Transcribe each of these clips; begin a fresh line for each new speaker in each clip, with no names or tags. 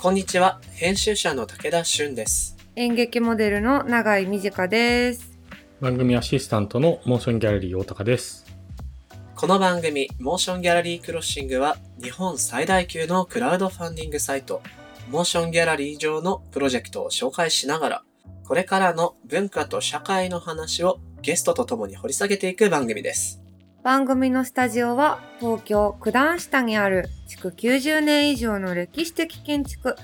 こんにちは編集者の武田俊です
演劇モデルの永井美佳です。
番組アシスタントのモーションギャラリー大高です。
この番組モーションギャラリークロッシングは日本最大級のクラウドファンディングサイトモーションギャラリー上のプロジェクトを紹介しながらこれからの文化と社会の話をゲストと共に掘り下げていく番組です
番組のスタジオは東京九段下にある築90年以上の歴史的建築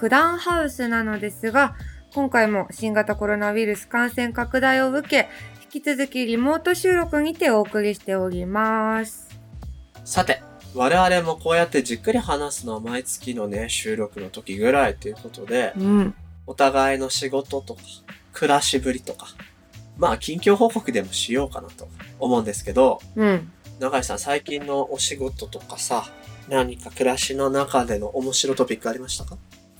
九段ハウスなのですが、今回も新型コロナウイルス感染拡大を受け、引き続きリモート収録にてお送りしております。
さて我々もこうやってじっくり話すのは毎月のね収録の時ぐらいということで
うん。
お互いの仕事とか、暮らしぶりとか、まあ、近況報告でもしようかなと思うんですけど、
うん。
永井さん、最近のお仕事とかさ、何か暮らしの中での面白いトピックありましたか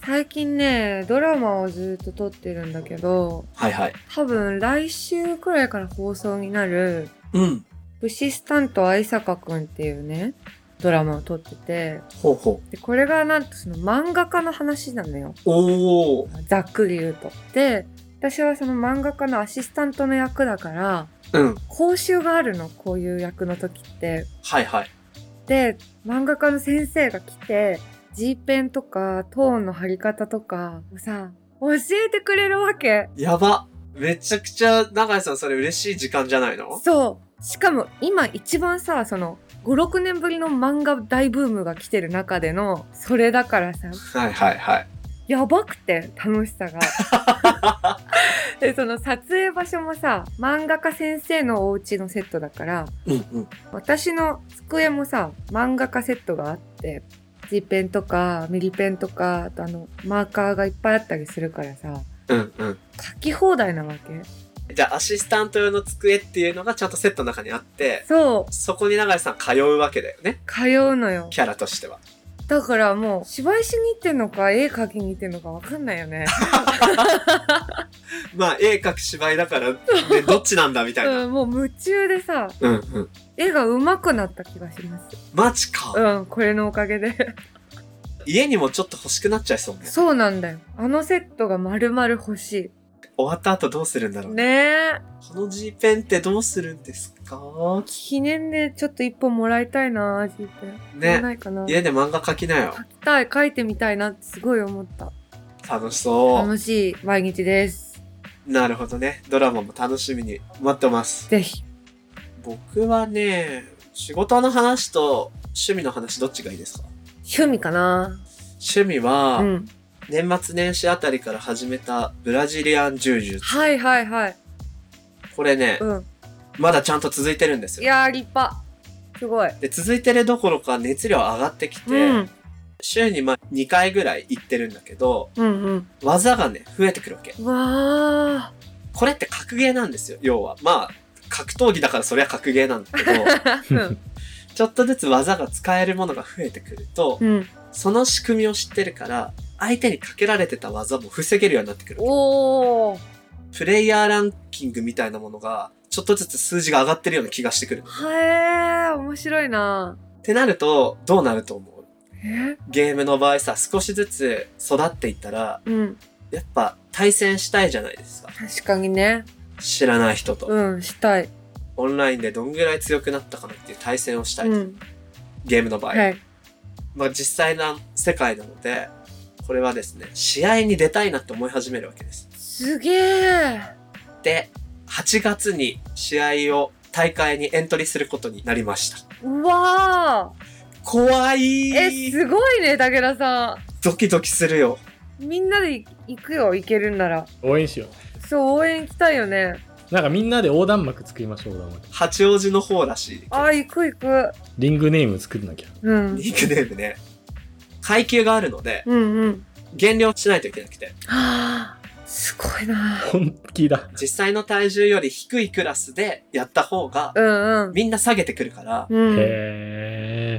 最近ね、ドラマをずっと撮ってるんだけど、
はいはい。
多分来週くらいから放送になる、
うん。
武士スタント愛坂くんっていうね、ドラマを撮ってて、
ほうほう。
で、これがなんとその漫画家の話なのよ。
おー。
ざっくり言うと。で、私はその漫画家のアシスタントの役だから、
うん。
講習があるの、こういう役の時って。
はいはい。
で、漫画家の先生が来て、G ペンとか、トーンの貼り方とかをさ、教えてくれるわけ。
やば。めちゃくちゃ、永井さん、それ嬉しい時間じゃないの
そう。しかも今一番さ、その、5、6年ぶりの漫画大ブームが来てる中での、それだからさ、
はいはいはい。
やばくて楽しさが。でその撮影場所もさ漫画家先生のお家のセットだから
うんうん。
私の机もさ漫画家セットがあってジペンとかミリペンとかあとあのマーカーがいっぱいあったりするからさ
うんうん。
書き放題なわけ
じゃあ、アシスタント用の机っていうのがちゃんとセットの中にあって、
そう
そこに永井さん通うわけだよね。
通うのよ
キャラとしては。
だからもう芝居しに行ってんのか絵描きに行ってんのかわかんないよね、
まあ、絵描く芝居だ から、ね、どっちなんだみたいな。
うん、もう夢中でさ
うんうん。
絵が上手くなった気がします
マジか、
うんこれのおかげ で
家にもちょっと欲しくなっちゃいそうね。
そうなんだよ。あのセットが丸々欲し
終わった後どうするんだ
い。
ろうね。
ねえ。
この G ペンってどうするんですか
記念でちょっと一本もらいたいな、ジーペン。
ね
買わないかな。書き
家で漫画描きな よ。
たい、書いてみたいなってすごい思った。
楽しそう。
楽しい毎日です。
なるほどね。ドラマも楽しみに待ってます。
ぜひ。
僕はね、仕事の話と趣味の話どっちがいいですか
趣味かな。
趣味は、
うん。
年末年始あたりから始めたブラジリアン柔術。
はいはいはい。
これね、
うん。
まだちゃんと続いてるんです
い
よ。
やー、立派。すごい。
で、続いてるどころか熱量上がってき
う
て、
ん。
週にまあ2回ぐらい行ってるんだけど、
うんうん。
技がね、増えてくるわけ。
うわ
これって格ゲーなんですよ、要は。まあ、格闘技だからそりゃ格ゲーなんだ けど、
ー。うん。
ちょっとずつ技が使えるものが増えてくると、
うん。
その仕組みを知ってるから、相手にかけられてた技も防げるようになってくる。
おー。
プレイヤーランキングみたいなものが、ちょっとずつ数字が上がってるような気がしてくる。っ
はえー。面白いな。
てなると、どうなると思う
え
ゲームの場合さ、少しずつ育っていったら、
うん。
やっぱ対戦したいじゃないですか。
確かにね。
知らない人と。
うん、したい。
オンラインでどんぐらい強くなったかなっていう対戦をしたい。
うん。
ゲームの場合。
はい。
まあ実際な世界なので、これはですね、試合に出たいなって思い始めるわけです。
すげえ。
で、8月に試合を大会にエントリーすることになりました。
うわあ。
怖い
え、すごいね、武田さ
ドキドキするよ。
ん。みんなで行くよ、行けるんなら。
応援しよ
そう、応援行きたいよね。
う。なんかみんなで横断幕作りましょう、横断幕。
八王子の方らしい。
あー、行く行く。
リングネーム作んなきゃ。
うん。
ニックネームね。階級があるので、
うんうん。
減量しないといけなくて。
はあ、すごいな。
本気だ。
実際の体重より低いクラスでやった方が、
うんうん。
みんな下げてくるから、
うん。
へ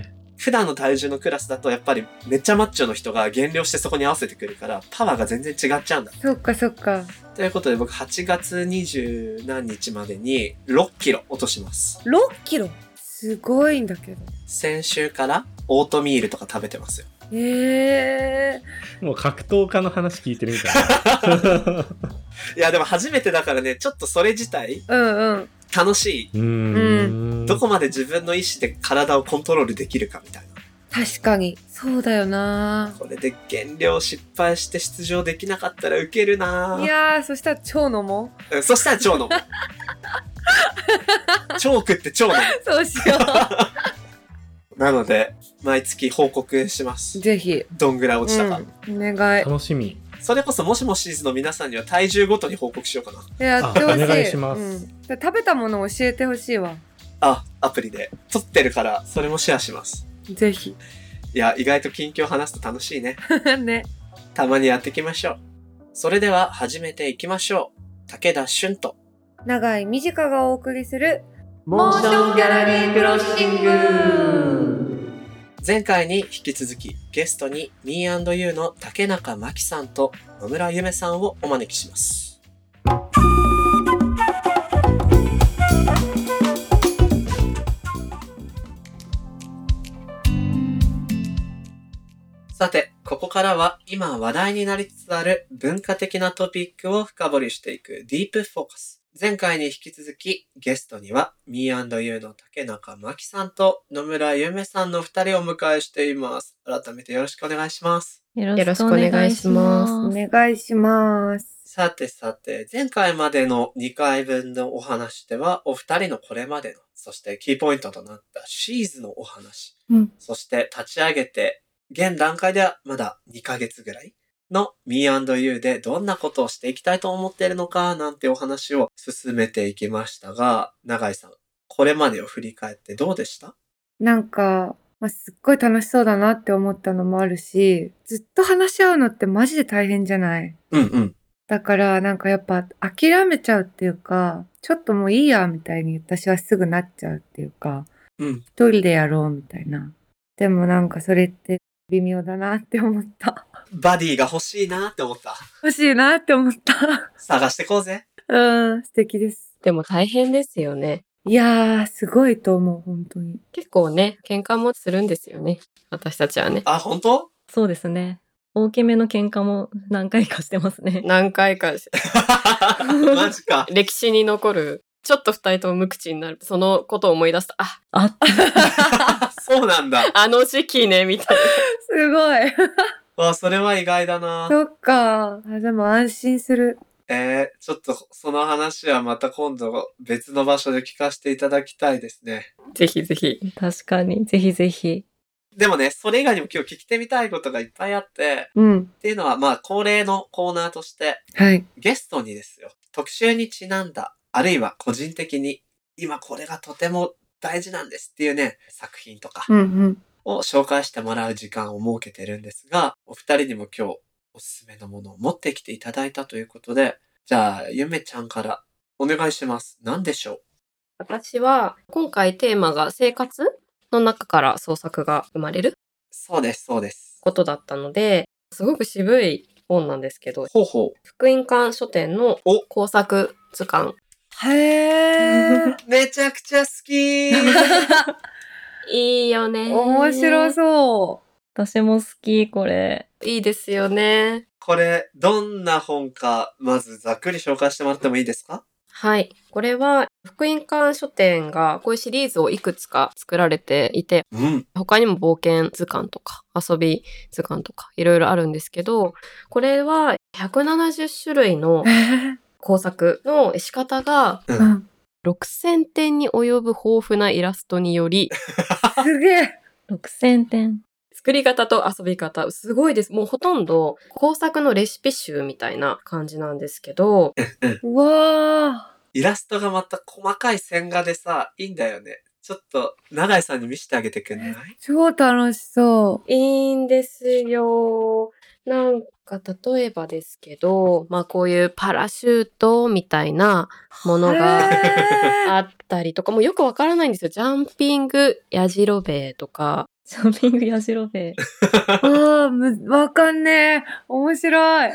え。
普段の体重のクラスだとやっぱりめっちゃマッチョの人が減量してそこに合わせてくるからパワーが全然違っちゃうんだ。
そっかそっか。
ということで僕8月20何日までに6キロ落とします。
6キロすごいんだけど。
先週からオートミールとか食べてますよ。
ええ
もう格闘家の話聞いてるみたいな。
いや、でも初めてだからね、ちょっとそれ自体、
うんうん。
楽し
うーん。
い。どこまで自分の意思で体をコントロールできるかみたいな。
確かに。そうだよな
これで減量失敗して出場できなかったらウケるない
やー、そしたら超飲も
うんそしたら蝶の。超食って蝶の。
う。そうしよ
なので、毎月報告しま
う。
す。
ぜひ。
どんぐらい落ちたか。
うん、お願い。
楽しみ。
それこそもしもシーズンの皆さんには体重ごとに報告しようかな。
やってほしい。
あお願いします
うんで食べたものを教えてほしいわ。
あ、アプリで。撮ってるから、それもシェアします。
ぜひ。
いや、意外と近況話すと楽しいね。
ね。
たまにやっていきましょう。それでは始めていきましょう。武田俊と。
長い短がお送りする。
モ
ーションギャラリークロッシング
前回に引き続きゲストに Me&You の竹中真紀さんと野村ゆめさんをお招きします。さて、ここからは今話題になりつつある文化的なトピックを深掘りしていくディープフォーカス。前回に引き続きゲストには Me&You の竹中真紀さんと野村ゆめさんの二人をお迎えしています。改めてよろしくお願いします。
よ
ろしくお願いします
お願いします。
さてさて、前回までの2回分のお話では、お二人のこれまでの、そしてキーポイントとなったシーズのお話、
うん
そして立ち上げて、現段階ではまだ2ヶ月ぐらいの Me&You でどんなことをしていきたいと思っているのか、なんてお話を進めていきましたが、永井さん、これまでを振り返ってどうでした
なんか、まあ、すっごい楽しそうだなって思ったのもあるし、ずっと話し合うのってマジで大変じゃない
うんうん。
だから、なんかやっぱ諦めちゃうっていうか、ちょっともういいや、みたいに私はすぐなっちゃうっていうか、
うん
一人でやろう、みたいな。でもなんかそれって微妙だなって思った。
バディが欲しいなって思った。
欲しいなって思った。
探してこうぜ。
うん、素敵です。
でも大変ですよね。
いやー、すごいと思う、本当に。
結構ね、喧嘩もするんですよね。私たちはね。
あ、本当
そうですね。大きめの喧嘩も何回かしてますね。
何回かし
マジ か。
歴史に残る、ちょっと二人とも無口になる。そのことを思い出した。あ、
あっ
そうなんだ。
あの時期ね、みたい
すごい。
わ、それは意外だな。
そっか。あでも安心する。
えー、ちょっとその話はまた今度別の場所で聞かせていただきたいですね。
な。ぜひぜひ。
確かに。ぜひぜひ。
でもね、それ以外にも今日聞きてみたいことがいっぱいあって、
うん。
っていうのはまあ恒例のコーナーとして、
はい。
ゲストにですよ、特集にちなんだ、あるいは個人的に、今これがとても大事なんですっていうね、作品とか
うんうん。
を紹介してもらう時間を設けてるんですが、お二人にも今日おすすめのものを持ってきていただいたということで、じゃあ、ゆめちゃんからお願いします。何でしょう
私は、今回テーマが生活の中から創作が生まれる
そうです、そうです。
ことだったので、すごく渋い本なんですけど、
ほうほ
福音館書店の
お
工作図鑑。
へー。
う。めちゃくちゃ好き
いいよね。
面白そ
私も好き、これ。
いいですよね。
これ、どんな本か、まずざっくり紹介してもらってもいいですか
はい。これは、福音館書店がこういうシリーズをいくつか作られていて、
うん。
他にも冒険図鑑とか遊び図鑑とかいろいろあるんですけど、これは170種類の
う。へ
工作の仕方が
う
ー。うん
6000点に及ぶ豊富なイラストにより、
すげえ。
6000点。
作り方と遊び方、すごいです。もうほとんど工作のレシピ集みたいな感じなんですけど、
うわ
イラストがまた細かい線画でさ、いいんだよね。ちょっと、長井さんに見せてあげてくんない
ー。超楽しそ
いいんですよ。なんか、例えばですけど、まあこういうパラシュートみたいなも
う。
の
へ
が
ー。
あったりとか、もうよくわからないんですよ。ジャンピングヤジロベエとか、
ショッピングやしろべえ。
あーむ、わかんねえ。面白い。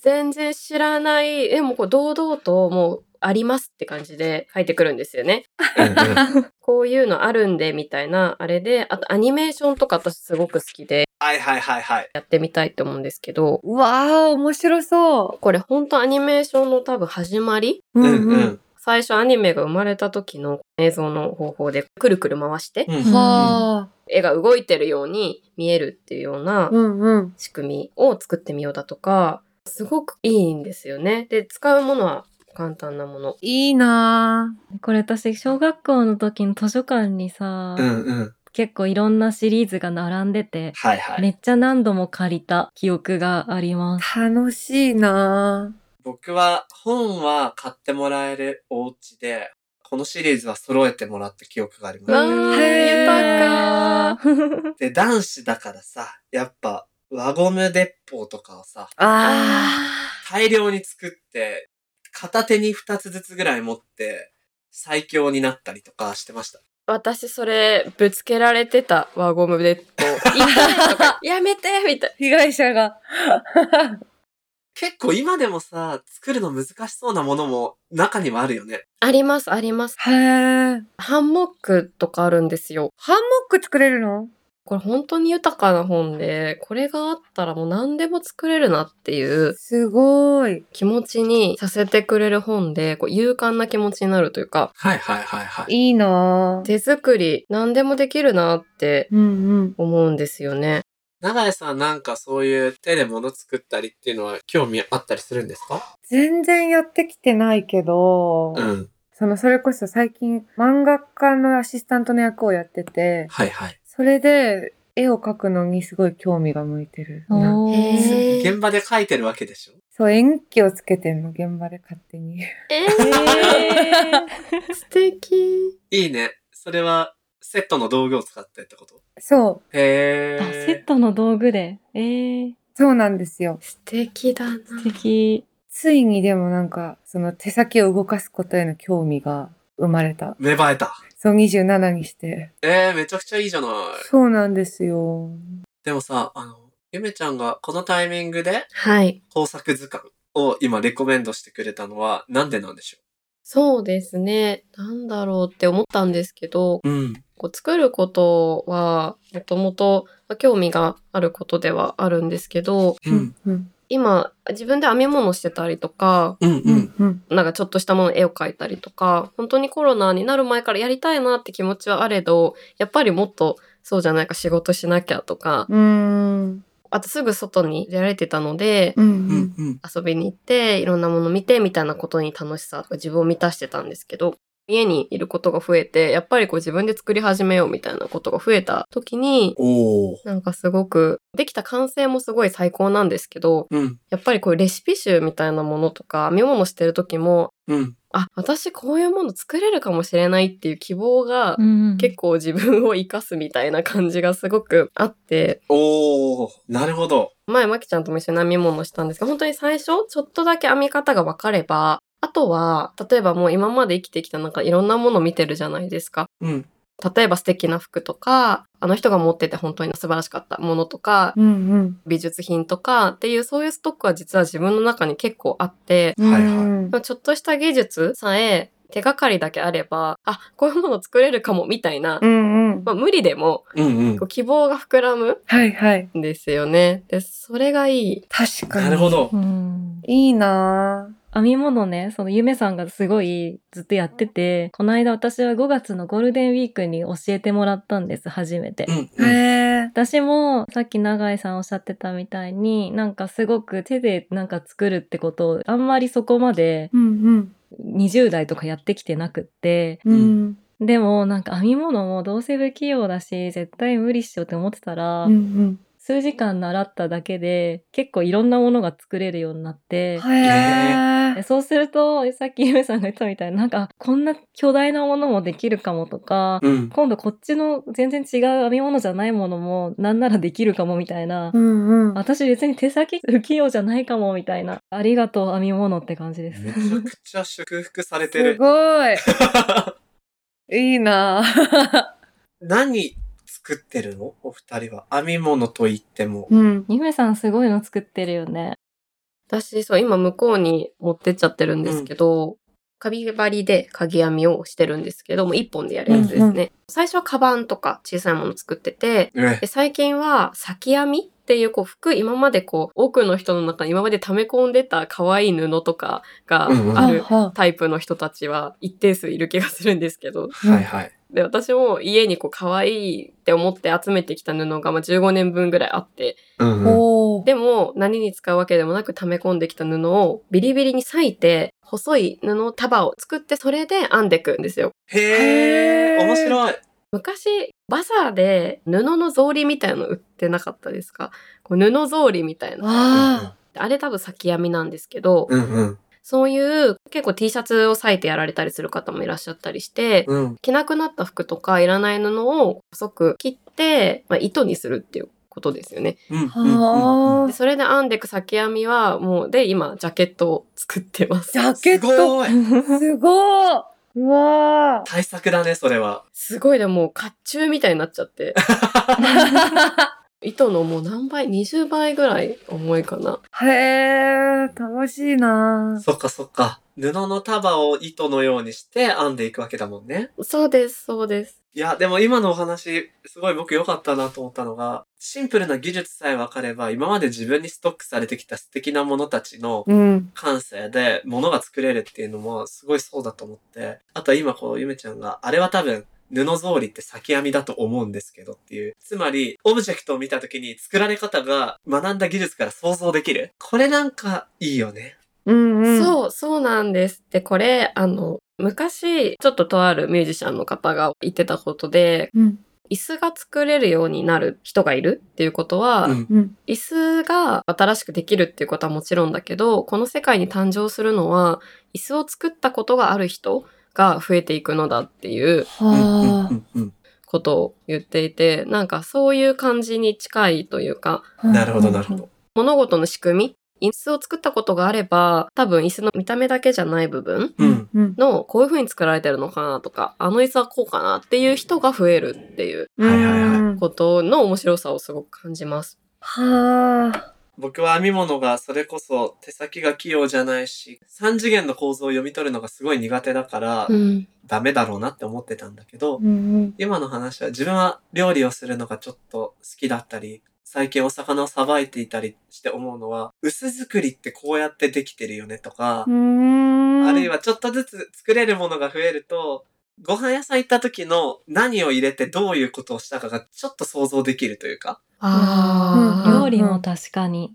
全然知らない、でもこう堂々ともうありますって感じで書いてくるんですよね。 こういうのあるんでみたいな、あれで、あとアニメーションとか私すごく好きで、
はいはいはいはい。
やってみたいと思うんですけど、
うわあ、面白そ
これ本当アニメーションの多分始まり
う。
うんうん。
最初アニメが生まれた時の映像の方法でくるくる回して、
うん
はあ。
絵が動いてるように見えるっていうような
うんうん。
仕組みを作ってみようだとか、すごくいいんですよね。で、使うものは簡単なもの。
いいな
これ私、小学校の時の図書館にさ、
うんうん。
結構いろんなシリーズが並んでて、
はいはい。
めっちゃ何度も借りた記憶があります。
あ楽しいな
僕は本は買ってもらえるお家で、このシリーズは揃えてもらった記憶があります。
わー
へ
豊か。
で、男子だからさ、やっぱ輪ゴム鉄砲とかをさ、
あ。あ
大量に作って、片手に2つずつぐらい持って、最強になったりとかしてました。
私それぶつけられてた輪ゴムでこう痛いとかやめてみたい
被害者が。
結構今でもさ、作るの難しそうなものも中にはあるよね。
ありますあります
へえ。
ハンモックとかあるんですよ
ハンモック作れるの
これ本当に豊かな本でこれがあったらもう何でも作れるなっていう
すごい。
気持ちにさせてくれる本でこう勇敢な気持ちになるというか
はいはいはいはい。
いいなぁ
手作り何でもできるなって
うんうん。
思うんですよね
長井さんなんかそういう手で物作ったりっていうのは興味あったりするんですか
全然やってきてないけど、
うん。
その、それこそ最近漫画家のアシスタントの役をやってて、
はいはい。
それで絵を描くのにすごい興味が向いてるな。
おー
へー
現場で描いてるわけでしょ
そう、演技をつけてんの、現場で勝手に。
え
へ
素敵
いいね。それはセットの道具を使ってってこと
そう、
へ
ー あセッ
え。
トの道具で。えー、
そうなんですよ。
素敵だな
素敵。
ついにでもなんか、その手先を動かすことへの興味が生まれた。
芽生えた。
そう、27にして。
えー、めちゃくちゃいいじゃない。
そうなんですよ。
でもさ、あの、ゆめちゃんがこのタイミングで
はい
工作図鑑を今レコメンドしてくれたのはなんでなんでしょ
そうですね。なんだろうって思ったんですけど、
ううん。
こう作ることはもともと興味があることではあるんですけど、
うん。
うん、
今自分で編み物してたりとか、
うん
う
うん
ん。、うん。
なんかちょっとしたもの絵を描いたりとか、本当にコロナになる前からやりたいなって気持ちはあれど、やっぱりもっとそうじゃないか仕事しなきゃとか、
うーん。
あとすぐ外に出られてたので、
うん
う
うんん。
うん。
遊びに行っていろんなもの見てみたいなことに楽しさとか自分を満たしてたんですけど家にいることが増えてやっぱりこう自分で作り始めようみたいなことが増えた時に
おお。
なんかすごくできた完成もすごい最高なんですけど
うん。
やっぱりこういうレシピ集みたいなものとか編み物してる時も
うん。
あ私こういうもの作れるかもしれないっていう希望が
うん
結構自分を生かすみたいな感じがすごくあって
おお。なるほど。
前、まきちゃんとも一緒に編み物したんですけど、本当に最初、ちょっとだけ編み方が分かれば、あとは、例えばもう今まで生きてきたなんかいろんなもの見てるじゃないですか。
うん。
例えば素敵な服とか、あの人が持ってて本当に素晴らしかったものとか、
うんうん。
美術品とかっていうそういうストックは実は自分の中に結構あって、
はいはい
うん
ちょっとした技術さえ手がかりだけあれば、あ、こういうもの作れるかもみたいな、
うんうん
ま。あ無理でも
うんうん
こう。希望が膨らむ
はいはい。
んですよね。で、それがいい。
確かに。
なるほど
う。ん
いいなぁ。
編み物ね、そのゆめさんがすごいずっとやってて、この間私は5月のゴールデンウィークに教えてもらったんです、初めて
う。んうん。
へえ。
私もさっき永井さんおっしゃってたみたいになんかすごく手でなんか作るってことをあんまりそこまで
うん
20代とかやってきてなくって
うん。うん。
でもなんか編み物もどうせ不器用だし絶対無理っしようって思ってたら、
うんうん。
数時間習っただけで結構いろんなものが作れるようになって、
へ
で
え。
そうするとさっきゆめさんが言ってたみたいになんかこんな巨大なものもできるかもとか、
うん。
今度こっちの全然違う編み物じゃないものもなんならできるかもみたいな、
うんうん。
私別に手先不器用じゃないかもみたいなありがとう編み物って感じです
めちゃくちゃ祝福されて
す
る。
ごい。いいなぁ。
何作ってるのお二人は。編み物と言っても。
うん。
ゆめさんすごいの作ってるよね
私、そう、今向こうに持ってっちゃってるんですけど、カビバリで鍵編みをしてるんですけども、一本でやるやつですね。
うんう
最初はカバンとか小さいもの作ってて、
え
で最近は先編みっていうこう服今までこう多くの人の中に今まで溜め込んでた可愛い布とかが
うんうん
あ
は
る
あは
タイプの人たちは一定数いる気がするんですけど
はいはい。
で私も家にこう可愛いって思って集めてきた布がまあ15年分ぐらいあって
うん
あ、
うん。
おお。
でも何に使うわけでもなく溜め込んできた布をビリビリに裂いて細い布束を作ってそれで編んでいくんですよ。
へえ、面白い。
昔バザーで布の草履みたいの売ってなかったですかこう布草履みたいな
あ
あれ多分先編みなんですけど、
うんうん。
そういう結構 T シャツを裂いてやられたりする方もいらっしゃったりして、
うん。
着なくなった服とかいらない布を細く切って、まあ、糸にするっていうことですよね。
うん。
あ。は
で
あ。
それで編んでいく先編みはもうで今ジャケットを作ってます。
ジャケッ
す
ト
ごい。
すごいうわー
対策だね、それは。
すごいでもう甲冑みたいになっち ゃって。糸のもう何倍 ?20 倍ぐらい重いかな。
へえ、楽しいな
そっかそっか。布の束を糸のようにして編んでいくわけだもんね。
そうです、そうです。
いや、でも今のお話、すごい僕良かったなと思ったのが、シンプルな技術さえ分かれば、今まで自分にストックされてきた素敵なものたちの
うん。
感性で物が作れるっていうのもすごいそうだと思って、あとは今こう、ゆめちゃんが、あれは多分、布草履って先編みだと思うんですけどっていう。つまり、オブジェクトを見た時に作られ方が学んだ技術から想像できる。これなんかいいよね。
うんうん。う。
そう、そうなんです。で、これ、あの、昔、ちょっととあるミュージシャンの方が言ってたことで、
うん
椅子が作れるようになる人がいるっていうことは、
うん。
うん。
椅子が新しくできるっていうことはもちろんだけど、この世界に誕生するのは、椅子を作ったことがある人が増えていくのだっていう
うん
は
うんうん
ことを言っていて、なんかそういう感じに近いというか、
あ。
うんなるほど、なるほど。
物事の仕組み、椅子を作ったことがあれば、多分椅子の見た目だけじゃない部分
うん。
うん。
のこういう風に作られてるのかなとかあの椅子はこうかなっていう人が増えるっていう
はいはいはい
うん
ことの面白さをすごく感じます。
はあ。
僕は編み物がそれこそ手先が器用じゃないし、三次元の構造を読み取るのがすごい苦手だから、
ん、
ダメだろうなって思ってたんだけど、
うん
今の話は自分は料理をするのがちょっと好きだったり、最近お魚をさばいていたりして思うのは、薄作りってこうやってできてるよねとか
う、ん。
あるいはちょっとずつ作れるものが増えると、ご飯屋さん行った時の何を入れてどういうことをしたかがちょっと想像できるというか、
あー
料理も確かに。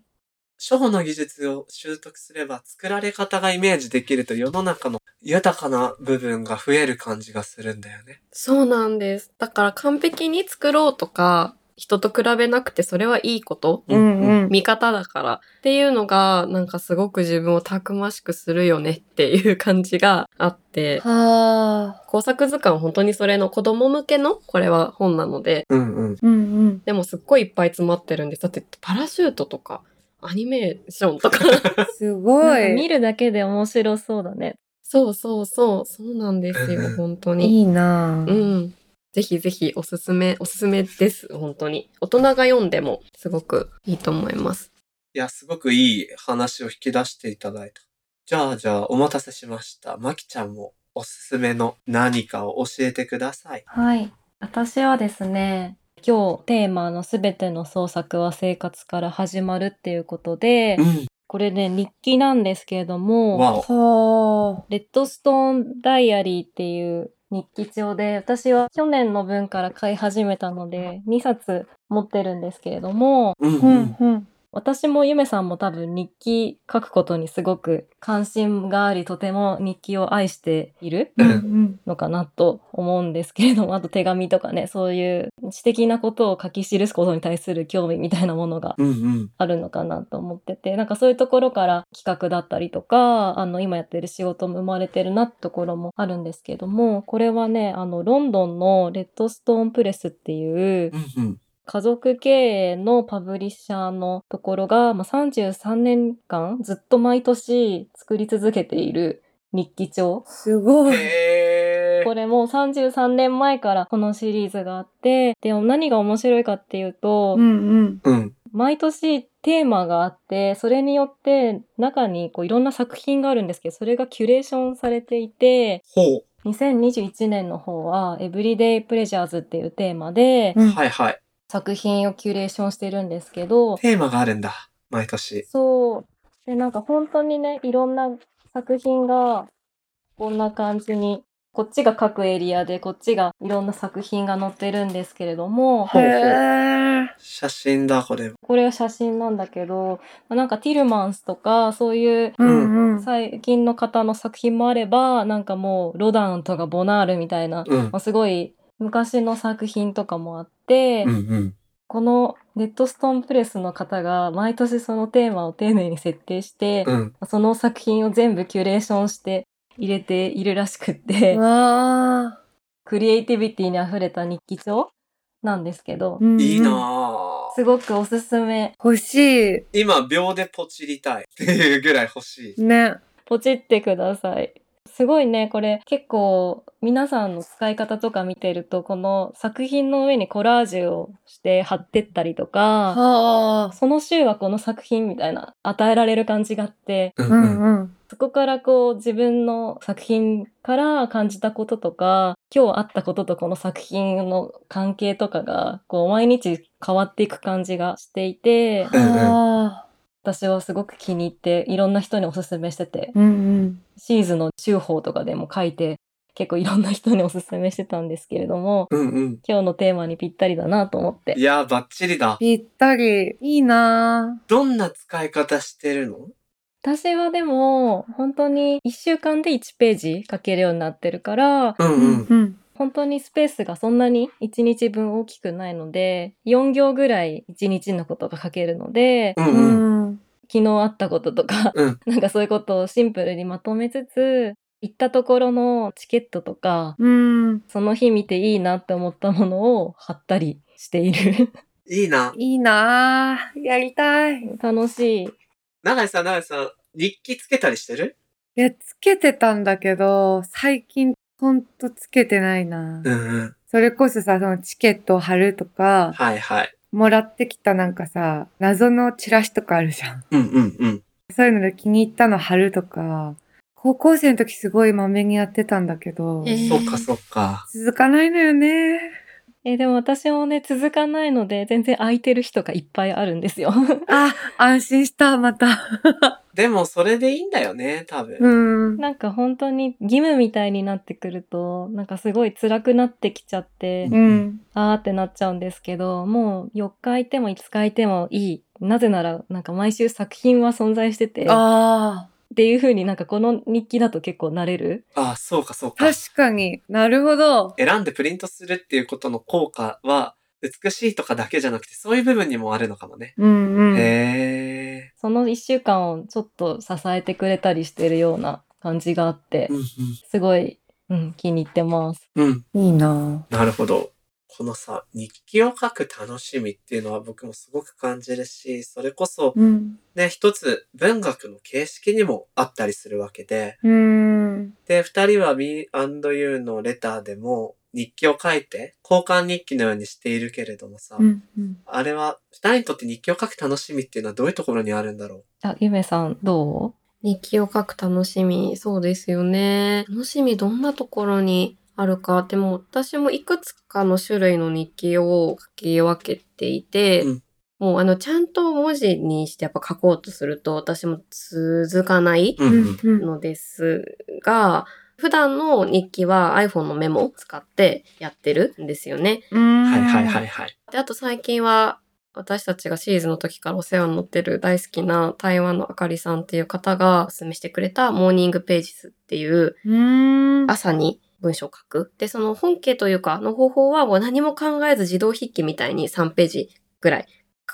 初歩の技術を習得すれば作られ方がイメージできると世の中の豊かな部分が増える感じがするんだよね。
そうなんですだから完璧に作ろうとか人と比べなくてそれはいいこと
うんうん。
見方だからっていうのがなんかすごく自分をたくましくするよねっていう感じがあって
はあ。
工作図鑑は本当にそれの子供向けのこれは本なので
うんうん。
うんうん。
でもすっごいいっぱい詰まってるんです。だってパラシュートとか、アニメーションと か。
すご
なんか見
い。
るだけで面白そうだね。
そうそうそう、そうなんですよ
うんう、ん
本当に。
いいな
う
ぁ
ん。ぜひぜひおすすめ、おすすめです、本当に。大人が読んでもすごくいいと思います。
いや、すごくいい話を引き出していただいた。じゃあ、じゃあ、お待たせしました。まきちゃんもおすすめの何かを教えてください。
はい。私はですね、今日テーマのすべての創作は生活から始まるっていうことで、
うん。
これね、日記なんですけれども、
わお。
は
レッドストーンダイアリーっていう日記帳で、私は去年の分から買い始めたので、2冊持ってるんですけれども、
うん
あ。うん。うん。
私もゆめさんも多分日記書くことにすごく関心があり、とても日記を愛している
う
うんん。
のかなと思うんですけれども、あと手紙とかね、そういう知的なことを書き記すことに対する興味みたいなものが
うんうん。
あるのかなと思っててなんかそういうところから企画だったりとかあの今やってる仕事も生まれてるなってところもあるんですけどもこれはねあのロンドンのレッドストーンプレスっていう
うんうん。
家族経営のパブリッシャーのところが、まあ、33年間ずっと毎年作り続けている日記帳
すごい。
へ
これも33年前からこのシリーズがあってで何が面白いかっていうと、
うんうん。
うん。
毎年テーマがあって、それによって中にこういろんな作品があるんですけど、それがキュレーションされていて、
ほ
2021年の方は、エブリデイ・プレジャーズっていうテーマで、
う。
うん
はいはい。
作品をキュレーションしてるんですけど、
テーマがあるんだ。毎年。
そう。で、なんか本当にね、いろんな作品がこんな感じに、こっちが各エリアで、こっちがいろんな作品が載ってるんですけれども、
ほうほう
へー
写真だ、これ。
これは写真なんだけど、まあなんかティルマンスとか、そういう
うんうん。
最近の方の作品もあれば、なんかもうロダンとかボナールみたいな、
うん
ま。あすごい昔の作品とかもあって、
うんうん。
このレッドストーンプレスの方が毎年そのテーマを丁寧に設定して、
うん。
その作品を全部キュレーションして入れているらしくって、
わ
クリエイティビティに溢れた日記帳なんですけど、
ー
いいなぁ。
すごくおすすめ。
欲し
今、秒でポチりたいっていうぐらい欲しい
い。。ね。
ポチってください。すごいね、これ結構皆さんの使い方とか見てると、この作品の上にコラージュをして貼ってったりとか、
はあ。
その週はこの作品みたいな与えられる感じがあって、
うん
う
うん。
んうん。
そこからこう自分の作品から感じたこととか、今日あったこととこの作品の関係とかが、こう毎日変わっていく感じがしていて、
うんうん
はあ。
私はすごく気に入って、いろんな人におすすめしてて、
うん
シーズの週報とかでも書いて、結構いろんな人におすすめしてたんですけれども、
うんうん。
今日のテーマにぴったりだなと思って
い。やー、バッチリだ
うん。。ぴったり。いいな
どんな使い方してるの
私はでも、本当に1週間で1ページ書けるようになってるから、
うん
ぁ。
うん。
うん。
本当にスペースがそんなに1日分大きくないので、4行ぐらい1日のことが書けるので、
う
うん
うん。
ん。
昨日あったこととか、
うん
なんかそういうことをシンプルにまとめつつ、行ったところのチケットとか、
うん。
その日見ていいなって思ったものを貼ったりしている。
いいな。
いいなぁ。やりたい。
楽しい。
長井さん、長井さん、日記つけたりしてる
いや、つけてたんだけど、最近ほんとつけてないな。
うんうん。
それこそさ、そのチケットを貼るとか、
はいはい。
もらってきたなんかさ、謎のチラシとかあるじゃん。
うんうんうん。
そういうので気に入ったの貼るとか、高校生の時すごいまめにやってたんだけど、
えー
そっかそっか。
続かないのよね。
え、でも私もね、続かないので、全然空いてる日とかいっぱいあるんですよ。
あ、安心した、ま た。
でも、それでいいんだよね、多分。
うん。
なんか本当に義務みたいになってくると、なんかすごい辛くなってきちゃって、
うん。
あーってなっちゃうんですけど、もう4日空いても5日空いてもいい。なぜなら、なんか毎週作品は存在してて、っ
ああ。
ていう風になんかこの日記だと結構慣れる。
あ、そうかそうか。
確かになるほど。
選んでプリントするっていうことの効果は、美しいとかだけじゃなくて、そういう部分にもあるのかもね。
うんうん。
へ
その1週間をちょっと支えてくれたりしてるような感じがあって
ー。う、ん
すごい、うん、気に入ってます。
うん。うん。
いいな
なるほど。このさ、日記を書く楽しみっていうのは僕もすごく感じるし、それこそ
うん。
ね、一つ文学の形式にもあったりするわけで、
うん。
で、二人は Me&You のレターでも日記を書いて、交換日記のようにしているけれどもさ、
うん。うん
あれは二人にとって日記を書く楽しみっていうのはどういうところにあるんだろ
あ、ゆめさん、ど
日記を書く楽しみ、そうですよね。楽しみどんなところにあるか、でも私もいくつかの種類の日記を書き分けていて、
うん。
もうあの、ちゃんと文字にしてやっぱ書こうとすると私も続かないう
う
うんん。うん。
のですが、普段の日記は iPhone のメモを使ってやってるんですよね。
は
はい
はいはいはい。
で、あと最近は、私たちがシーズンの時からお世話になってる大好きな台湾のあかりさんっていう方がお勧めしてくれたモーニングページスっていう
うーん。
朝に文章を書く。で、その本家というかの方法はもう何も考えず自動筆記みたいに3ページぐらい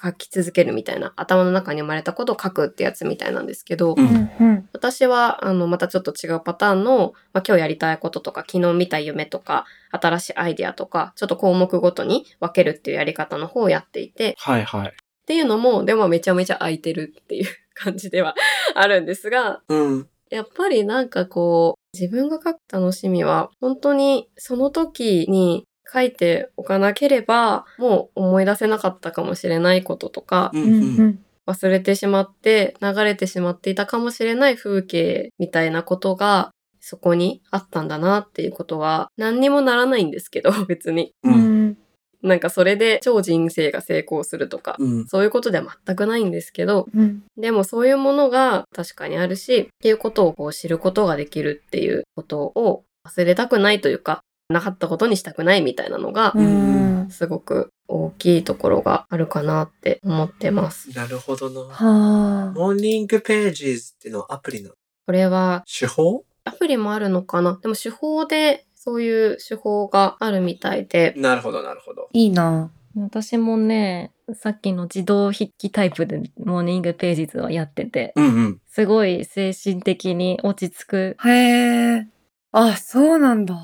書き続けるみたいな頭の中に生まれたことを書くってやつみたいなんですけど、
うん
うん。
私は、あの、またちょっと違うパターンの、まあ、今日やりたいこととか、昨日見た夢とか、新しいアイディアとか、ちょっと項目ごとに分けるっていうやり方の方をやっていて、
はいはい。
っていうのも、でもめちゃめちゃ空いてるっていう感じではあるんですが、
うん。
やっぱりなんかこう、自分が書く楽しみは、本当にその時に書いておかなければ、もう思い出せなかったかもしれないこととか、
う
うん
うん
ん。
忘れてしまって流れてしまっていたかもしれない風景みたいなことがそこにあったんだなっていうことは何にもならないんですけど 別に
う。
うんん。
なんかそれで超人生が成功するとか
うん。
そういうことでは全くないんですけど
うん。
でもそういうものが確かにあるしっていうことをこう知ることができるっていうことを忘れたくないというかなかったことにしたくないみたいなのが
うん。
すごく大きいところがあるかなって思ってます。
なるほどな。
はあ。
モーニングページーズっていうのはアプリの
これは
手法
アプリもあるのかなでも手法でそういう手法があるみたいで。
なるほど、なるほど。
いいな。
私もね、さっきの自動筆記タイプでモーニングページズはやってて、
うんうん。
すごい精神的に落ち着く。
へえ。あ、そうなんだ。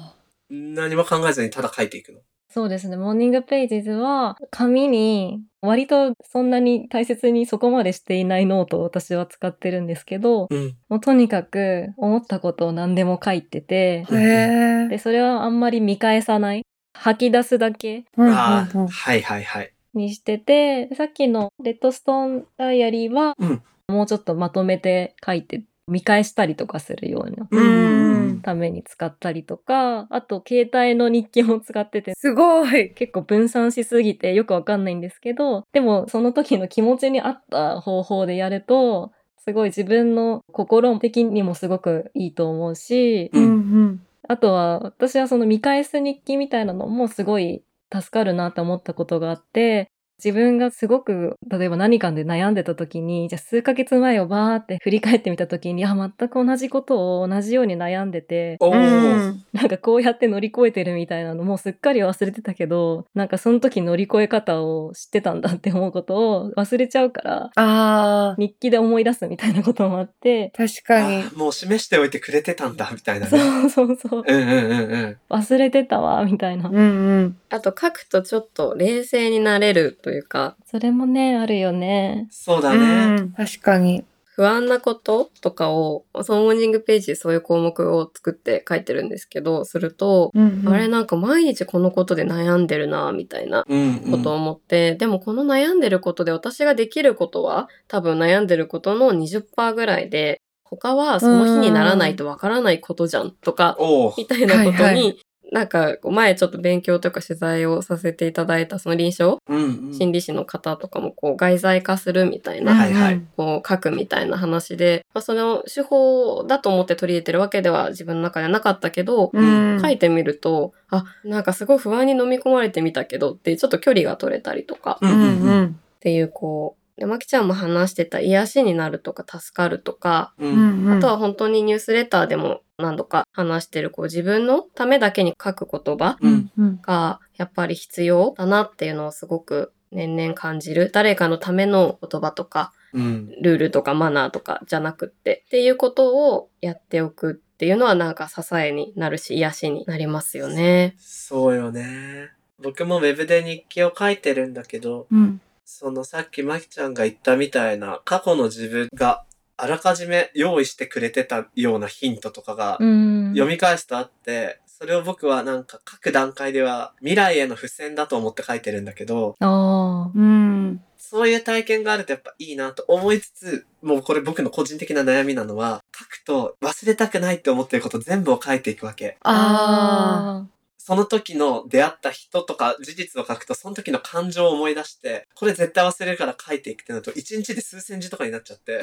何も考えずにただ書いていくの。
そうですね、モーニングページズは紙に割とそんなに大切にそこまでしていないノートを私は使ってるんですけど、
うん。
もうとにかく思ったことを何でも書いてて、
へえ。
で、それはあんまり見返さない。吐き出すだけ
うんうん
あ
う
あ、
ん
はいはいはい。
にしてて、さっきのレッドストーンダイアリーは、
うん
もうちょっとまとめて書いて、見返したりとかするような
うんうん
ために使ったりとか、あと携帯の日記も使ってて、
すごい。
結構分散しすぎてよくわかんないんですけど、でもその時の気持ちに合った方法でやると、すごい自分の心的にもすごくいいと思うし、
うん
ん。
あとは私はその見返す日記みたいなのもすごい助かるなと思ったことがあって、自分がすごく、例えば何かで悩んでた時に、じゃあ数ヶ月前をバーって振り返ってみた時に、あ、全く同じことを同じように悩んでて、
おお、
うん
なんかこうやって乗り越えてるみたいなのもうすっかり忘れてたけど、なんかその時乗り越え方を知ってたんだって思うことを忘れちゃうから、
ああ、
日記で思い出すみたいなこともあって、
確かに
あ。もう示しておいてくれてたんだ、みたいな
そ
ね。
うそうそう、
うんうんうんうん。
忘れてたわ、みたいな。
うんうん。
あと書くとちょっと冷静になれるというか
それもね、あるよね。
そうだ
う
ね。
ん確かに。
不安なこととかを、そのモーニングページでそういう項目を作って書いてるんですけど、すると、
うんうん
あれなんか毎日このことで悩んでるな、みたいな
うん、う
こ
ん
とを思って、でもこの悩んでることで私ができることは、多分悩んでることの20%ぐらいで、他はその日にならないとわからないことじゃんとか、
おお。
みたいなことに、
はいはい
なんか前ちょっと勉強というか取材をさせていただいたその臨床、
うん、うん。
心理師の方とかもこう外在化するみたいな
はいはい。
こう書くみたいな話で、まあ、その手法だと思って取り入れてるわけでは自分の中ではなかったけど、
うん。
書いてみると、あ、なんかすごい不安に飲み込まれてみたけどって、ちょっと距離が取れたりとか
う
っ
うん
うん
う
うん。
ん。
ていうこう、でまきちゃんも話してた癒しになるとか助かるとか、
う
うんんうん。
あとは本当にニュースレターでも何度か話してるこう自分のためだけに書く言葉
うん。
うん。
がやっぱり必要だなっていうのをすごく年々感じる。誰かのための言葉とか、
うん。
ルールとかマナーとかじゃなくってっていうことをやっておくっていうのはなんか支えになるし癒しになりますよね。
そうよね。僕もウェブで日記を書いてるんだけど、
うん。
そのさっきまきちゃんが言ったみたいな過去の自分があらかじめ用意してくれてたようなヒントとかが
うん。
読み返すとあって、それを僕はなんか各段階では未来への付箋だと思って書いてるんだけど、
ああ。
うん。
そういう体験があるとやっぱいいなと思いつつ、もうこれ僕の個人的な悩みなのは、書くと忘れたくないって思ってること全部を書いていくわけ。
ああ。
その時の出会った人とか事実を書くと、その時の感情を思い出して、これ絶対忘れるから書いていくってなると、一日で数千字とかになっちゃって、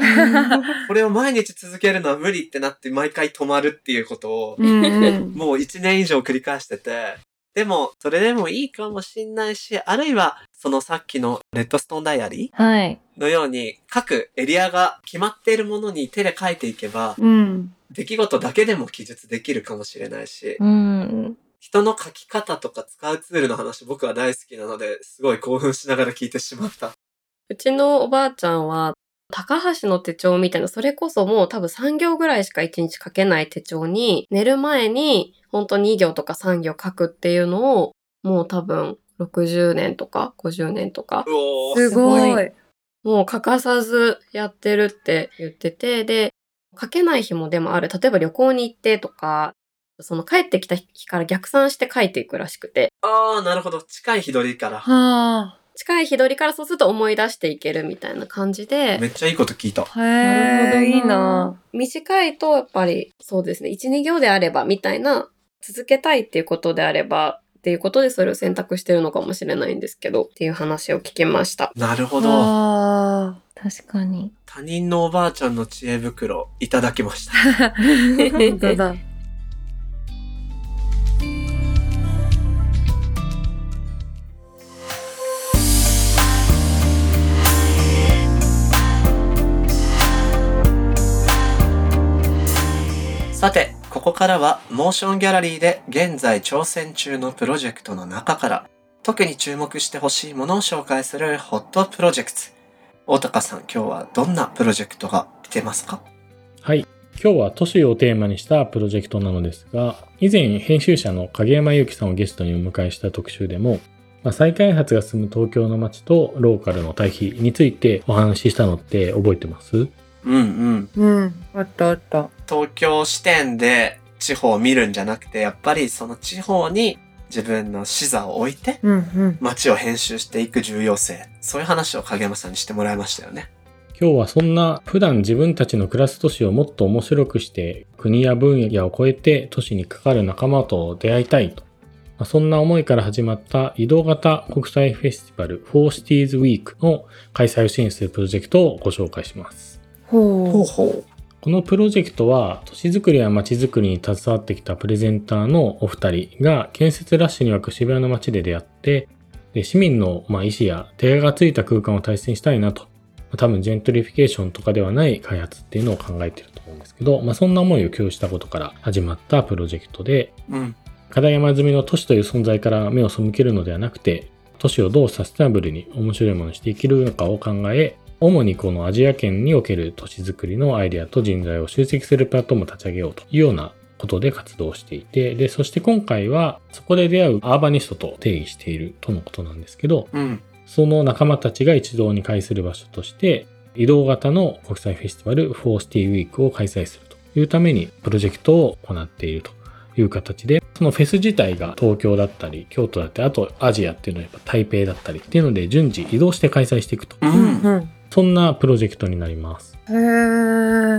これを毎日続けるのは無理ってなって毎回止まるっていうことを、
うんうん。
もう一年以上繰り返してて、でも、それでもいいかもしんないし、あるいは、そのさっきのレッドストーンダイアリ
あ。はい。
ーのように、各エリアが決まっているものに手で書いていけば、
うん。
出来事だけでも記述できるかもしれないし、
うん。
人の書き方とか使うツールの話僕は大好きなので、すごい興奮しながら聞いてしまった。
うちのおばあちゃんは高橋の手帳みたいな、それこそもう多分3行ぐらいしか1日書けない手帳に、寝る前に本当に2行とか3行書くっていうのを、もう多分60年とか50年とか
うおー。
すご
すご
い。
もう欠かさずやってるって言ってて、で、書けない日もでもある。例えば旅行に行ってとか、その帰ってきた日から逆算して書いていくらしくて。
あー、なるほど。近い日取りから。
はあ。
近い日取りからそうすると思い出していけるみたいな感じで
め、っちゃいいこと聞いた。
へ
なるほど
え、
ない
いな。
短いとやっぱりそうですね、1、2行であればみたいな、続けたいっていうことであればっていうことでそれを選択してるのかもしれないんですけど、っていう話を聞きました。
なるほど。
あ
確かに。
他人のおばあちゃんの知恵袋いただきました。
ー本当だ。
さて、ここからはモーションギャラリーで現在挑戦中のプロジェクトの中から特に注目してほしいものを紹介するホットプロジェクト。大高さん、今日はどんなプロジェクトが来てますか
はい。今日は都市をテーマにしたプロジェクトなのですが、以前編集者の影山由紀さんをゲストにお迎えした特集でも、まあ、再開発が進む東京の街とローカルの対比についてお話ししたのって覚えてます
うんうん。
うん。あったあった。
東京視点で地方を見るんじゃなくて、やっぱりその地方に自分の視座を置いて
うんうん。
街を編集していく重要性。そういう話を影山さんにしてもらいましたよね。
今日はそんな普段自分たちの暮らす都市をもっと面白くして国や分野を超えて都市にかかる仲間と出会いたいと、まあそんな思いから始まった移動型国際フェスティバル Four Cities Week の開催を支援するプロジェクトをご紹介します。
ほう。
ほ
このプロジェクトは都市づくりや街づくりに携わってきたプレゼンターのお二人が建設ラッシュに湧く渋谷の街で出会ってで市民のまあ意思や手がついた空間を大切にしたいなとまあ多分ジェントリフィケーションとかではない開発っていうのを考えてると思うんですけど、まあ、そんな思いを共有したことから始まったプロジェクトで
う。うん。
課題山積みの都市という存在から目を背けるのではなくて、都市をどうサステナブルに面白いものにしていけるのかを考え、主にこのアジア圏における都市づくりのアイデアと人材を集積するプラットフォームを立ち上げようというようなことで活動していて、で、そして今回はそこで出会うアーバニストと定義しているとのことなんですけど、
うん。
その仲間たちが一堂に会する場所として、移動型の国際フェスティバルフォーシティウィークを開催するというためにプロジェクトを行っているという形で、そのフェス自体が東京だったり、京都だったり、あとアジアっていうのはやっぱ台北だったりっていうので順次移動して開催していくと。
う
う
ん。
んうん。
そんなプロジェクトになります。
へ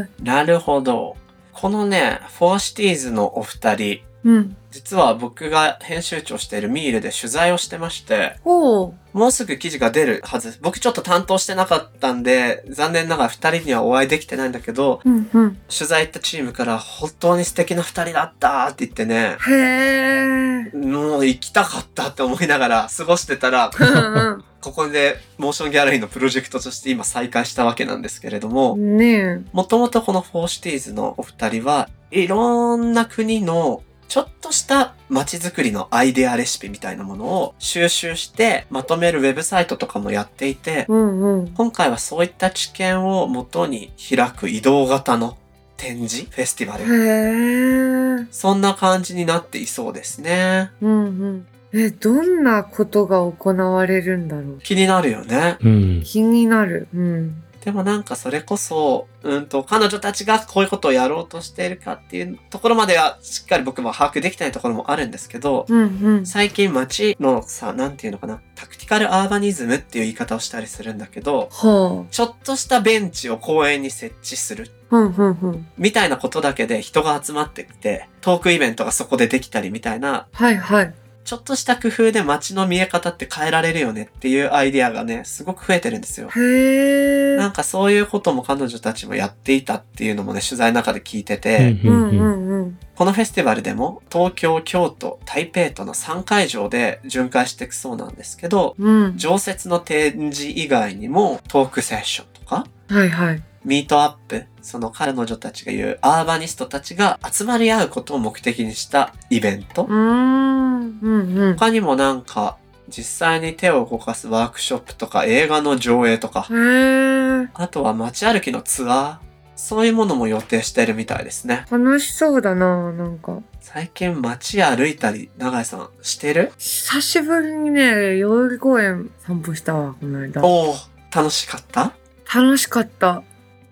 え。
なるほど。このね、フォーシティーズのお二人、
うん。
実は僕が編集長しているミールで取材をしてまして、
ほう。
もうすぐ記事が出るはず。僕ちょっと担当してなかったんで、残念ながら二人にはお会いできてないんだけど、
うんうん。
取材行ったチームから本当に素敵な二人だったって言ってね、
へえ。
もう行きたかったって思いながら過ごしてたら、
うん
ここでモーションギャラリーのプロジェクトとして今再開したわけなんですけれども
う、 ん。ね
もともとこのフォーシティーズのお二人はいろんな国のちょっとした街づくりのアイデアレシピみたいなものを収集してまとめるウェブサイトとかもやっていて
え。、うんうん。
今回はそういった知見を元に開く移動型の展示フェスティバル。
へえ。
そんな感じになっていそうですね。
うんうん。え、どんなことが行われるんだろう
気になるよね。
うん。
気になる。うん。
でもなんかそれこそ、うんと、彼女たちがこういうことをやろうとしているかっていうところまではしっかり僕も把握できてないところもあるんですけど、
うんうん。
最近街のさ、なんていうのかな、タクティカルアーバニズムっていう言い方をしたりするんだけど、
は
ちょっとしたベンチを公園に設置する。
あ。うんうんうん。
みたいなことだけで人が集まってきて、トークイベントがそこでできたりみたいな、
はいはい。
ちょっとした工夫で街の見え方って変えられるよねっていうアイデアがね、すごく増えてるんですよ。
へえ。
なんかそういうことも彼女たちもやっていたっていうのもね、取材の中で聞いてて、
う
うんん
う
うん
うん
んうん。
このフェスティバルでも東京、京都、台北との3会場で巡回していくそうなんですけど、
うん。
常設の展示以外にもトークセッションとか、
はいはい。
ミートアップ、その彼女たちが言うアーバニストたちが集まり合うことを目的にしたイベント
う。ーん。うんうん。
他にもなんか実際に手を動かすワークショップとか映画の上映とか、
へえ。
あとは街歩きのツアー、そういうものも予定してるみたいですね。
楽しそうだな、なんか。
最近街歩いたり、長井さんしてる
久しぶりにね、代々木公園散歩したわ、この間。
おお楽しかった
楽しかった。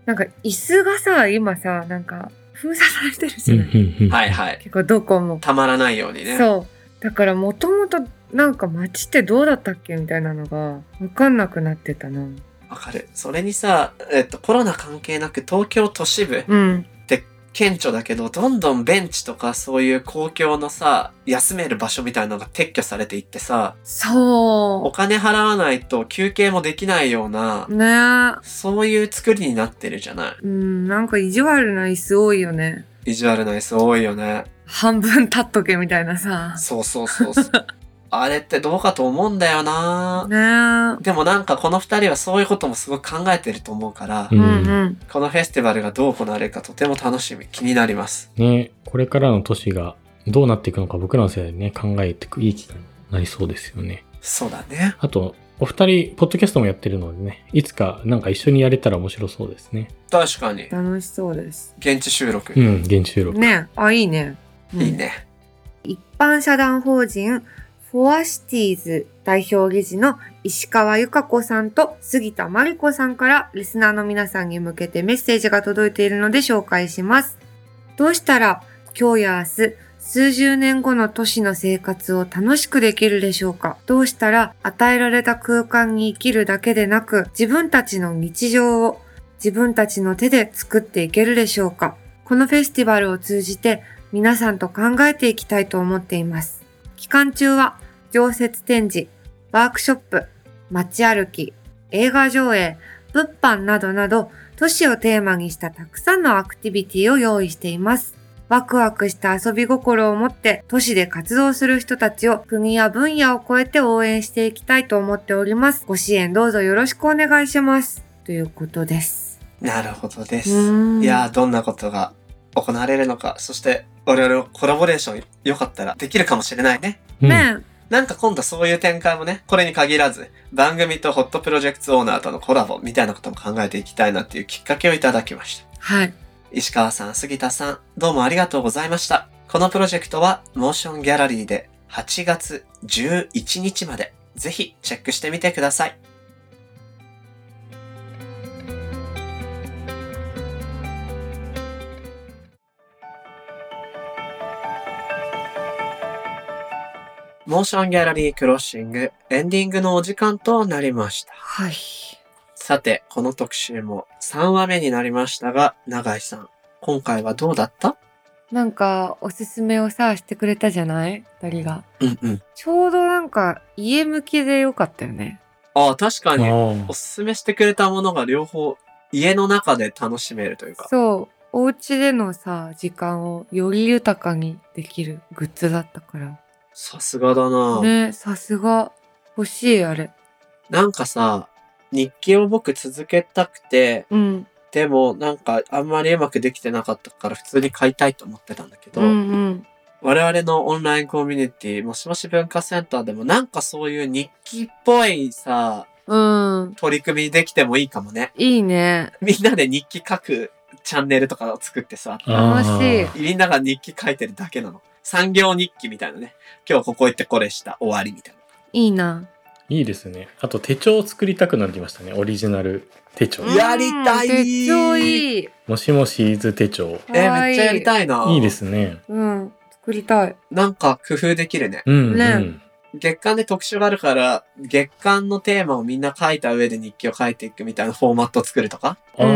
なんか椅子がさ、今さ、なんか封鎖されてるじゃない、
うんうん。
はいはい。
結構どこも。
たまらないようにね。
そう。だからもともとなんか街ってどうだったっけみたいなのが分かんなくなってたな。
わかる。それにさ、えっと、コロナ関係なく東京都市部
うん。
顕著だけど、どんどんベンチとかそういう公共のさ、休める場所みたいなのが撤去されていってさ、お
そ
金払わないと休憩もできないような
う。、ねえ。
そういう作りになってるじゃない。
うん、なんか意地悪な椅子多いよね。
ビジュアルな椅子多いよね。
半分立っとけみたいなさ。
そうそうそうそう。あれってどうかと思うんだよな
ねえ。
でもなんかこの二人はそういうこともすごく考えてると思うから、
う
うんんうん。
このフェスティバルがどう行われるかとても楽しみ、気になります。
ね、これからの都市がどうなっていくのか僕らの世代でね、考えていくいい機会になりそうですよね。
そうだね。
あと、お二人、ポッドキャストもやってるのでね、いつかなんか一緒にやれたら面白そうですね。
確かに。
楽しそうです。
現地収録。
うん、現地収録。
ねえ。あ、いいね。うん
いいね。
一般社団法人フォアシティーズ代表理事の石川由香子さんと杉田真理子さんからリスナーの皆さんに向けてメッセージが届いているので紹介します。どうしたら今日や明日数十年後の都市の生活を楽しくできるでしょうかどうしたら与えられた空間に生きるだけでなく自分たちの日常を自分たちの手で作っていけるでしょうかこのフェスティバルを通じて皆さんと考えていきたいと思っています。期間中は常設展示、ワークショップ、街歩き、映画上映、物販などなど都市をテーマにしたたくさんのアクティビティを用意しています。ワクワクした遊び心を持って都市で活動する人たちを国や分野を超えて応援していきたいと思っております。ご支援どうぞよろしくお願いします。ということです。
なるほどです。
い
いやー、どんなことが行われるのか、そして我々のコラボレーションよかったらできるかもしれないね。
うん、
ね
なんか今度そういう展開もね、これに限らず、番組とホットプロジェクトオーナーとのコラボみたいなことも考えていきたいなっていうきっかけをいただきました。
え。はい。
石川さん、杉田さん、どうもありがとうございました。このプロジェクトは、モーションギャラリーで8月11日まで、ぜひチェックしてみてください。モーションギャラリークロッシングエンディングのお時間となりました。
はい。
さて、この特集も3話目になりましたが、永井さん、今回はどうだった
なんかおすすめをさしてくれたじゃない二人が
うんうん。
ちょうどなんか家向きでよかったよね
ああ、確か
あ
に、お
ー
すすめしてくれたものが両方、家の中で楽しめるというか。
そうお家でのさ時間をより豊かにできるグッズだったから
さすがだな、
ねさすが欲しいあれ
なんかさ、日記を僕続けたくて、
うん
でもなんかあんまりうまくできてなかったから普通に買いたいと思ってたんだけど、
うんうん
我々のオンラインコミュニティ、もしもし文化センターでもなんかそういう日記っぽいさ、
うん
取り組みできてもいいかもね。
いいね
みんなで日記書くチャンネルとかを作ってさ、
あ
楽しい
ー
みんなが日記書いてるだけなの。産業日記みたいなね。今日ここ行ってこれした、終わりみたいな。
いいない
いですね。あと手帳を作りたくなってきましたね。オリジナル手帳。
うんやりたい
うん手帳いい
もしもしーず手帳。
か
えー
わ
めっちゃやりたいな。
いいですね。
うん作りたい
なんか工夫できるね。
うん、
ね
うん。
月間で特集があるから、月間のテーマをみんな書いた上で日記を書いていくみたいなフォーマットを作るとか、
ああ、
うん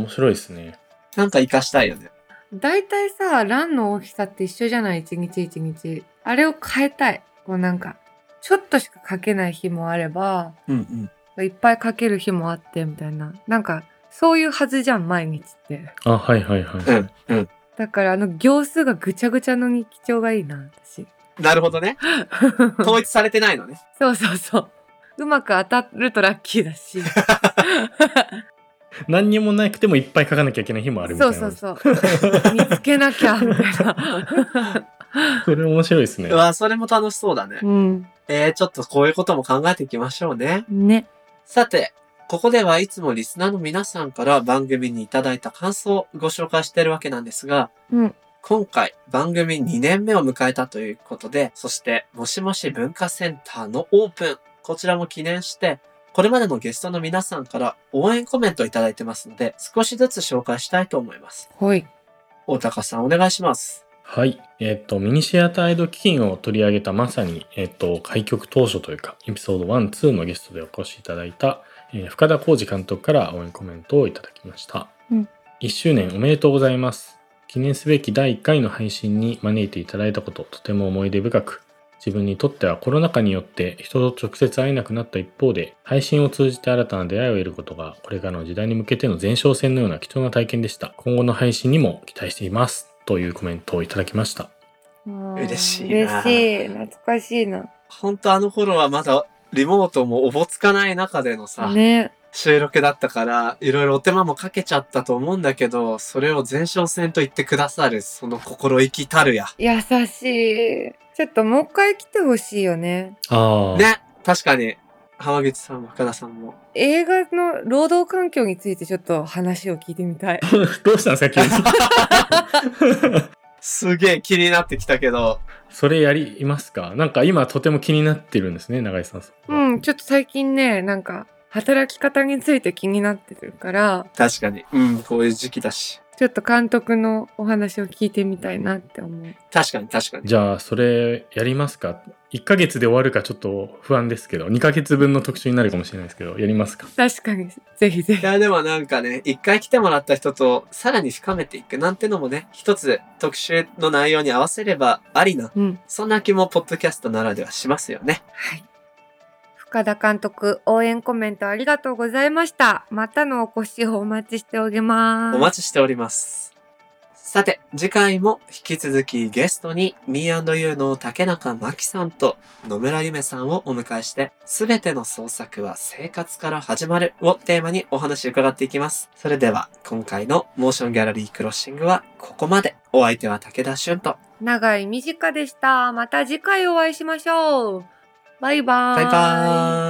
面白いですね。
なんか活かしたいよね。
大体さ蘭の大きさって一緒じゃない一日一日あれを変えたいこうなんかちょっとしか書けない日もあれば
うんうん。
いっぱい書ける日もあってみたいななんかそういうはずじゃん毎日って
あ、はいはいはい。
うんうん。
だからあの行数がぐちゃぐちゃの日記帳がいいな私
なるほどね。統一されてないのね。
そうそうそううまく当たるとラッキーだし
何にもなくてもいっぱい書かなきゃいけない日もあるみたい
そう
な。
そうそう見つけなきゃみたい な
それ面白いです ね
う。わ、それも楽しそうだね
う。ん
えー、ちょっとこういうことも考えていきましょうね。
ね
さて、ここではいつもリスナーの皆さんから番組にいただいた感想をご紹介しているわけなんですが、
うん
今回番組2年目を迎えたということで、そしてもしもし文化センターのオープン、こちらも記念して、これまでのゲストの皆さんから応援コメントをいただいてますので、少しずつ紹介したいと思います。
ほい
大高さんお願いします。
はい。えっ、と、ミニシアターエイド基金を取り上げたまさに、えっ、と、開局当初というか、エピソード1、2のゲストでお越しいただいた、えー深田浩二監督から応援コメントをいただきました。
うん
1周年おめでとうございます。記念すべき第1回の配信に招いていただいたこと、とても思い出深く、自分にとってはコロナ禍によって人と直接会えなくなった一方で、配信を通じて新たな出会いを得ることが、これからの時代に向けての前哨戦のような貴重な体験でした。今後の配信にも期待しています。というコメントをいただきました。
嬉しい
嬉
な
しい。懐かしいな。
本当あの頃はまだリモートもおぼつかない中でのさ、
ね。
収録だったから、いろいろお手間もかけちゃったと思うんだけど、それを前哨戦と言ってくださる、その心意気たるや。
優しい。ちょっともう一回来てほしいよね。
ああ。
ね、確かに、浜口さんも深田さんも。
映画の労働環境についてちょっと話を聞いてみ たい。
どうしたんですか急に
すげえ気になってきたけど、
それやりますかなんか今とても気になってるんですね、永井さん。
うん、ちょっと最近ね、なんか働き方について気になってるから、
確かに。うん、こういう時期だし。
ちょっと監督のお話を聞いてみたいなって思う。
確かに確かに。
じゃあ、それやりますか ?1 ヶ月で終わるかちょっと不安ですけど、2ヶ月分の特集になるかもしれないですけど、やりますか
確かに、ぜひぜ
い
ひ。
や、でもなんかね、一回来てもらった人とさらに深めていくなんてのもね、一つ特集の内容に合わせればありな、
うん。
そんな気もポッドキャストならではしますよね。
はい。深田監督、応援コメントありがとうございました。またのお越しをお待ちしております。
お待ちしております。さて、次回も引き続きゲストに Me&You の竹中真紀さんと野村ゆめさんをお迎えして、すべての創作は生活から始まるをテーマにお話を伺っていきます。それでは、今回のモーションギャラリークロッシングはここまで。お相手は武田俊と。
長い短でした。また次回お会いしましょう。バイバー
バイバーイ。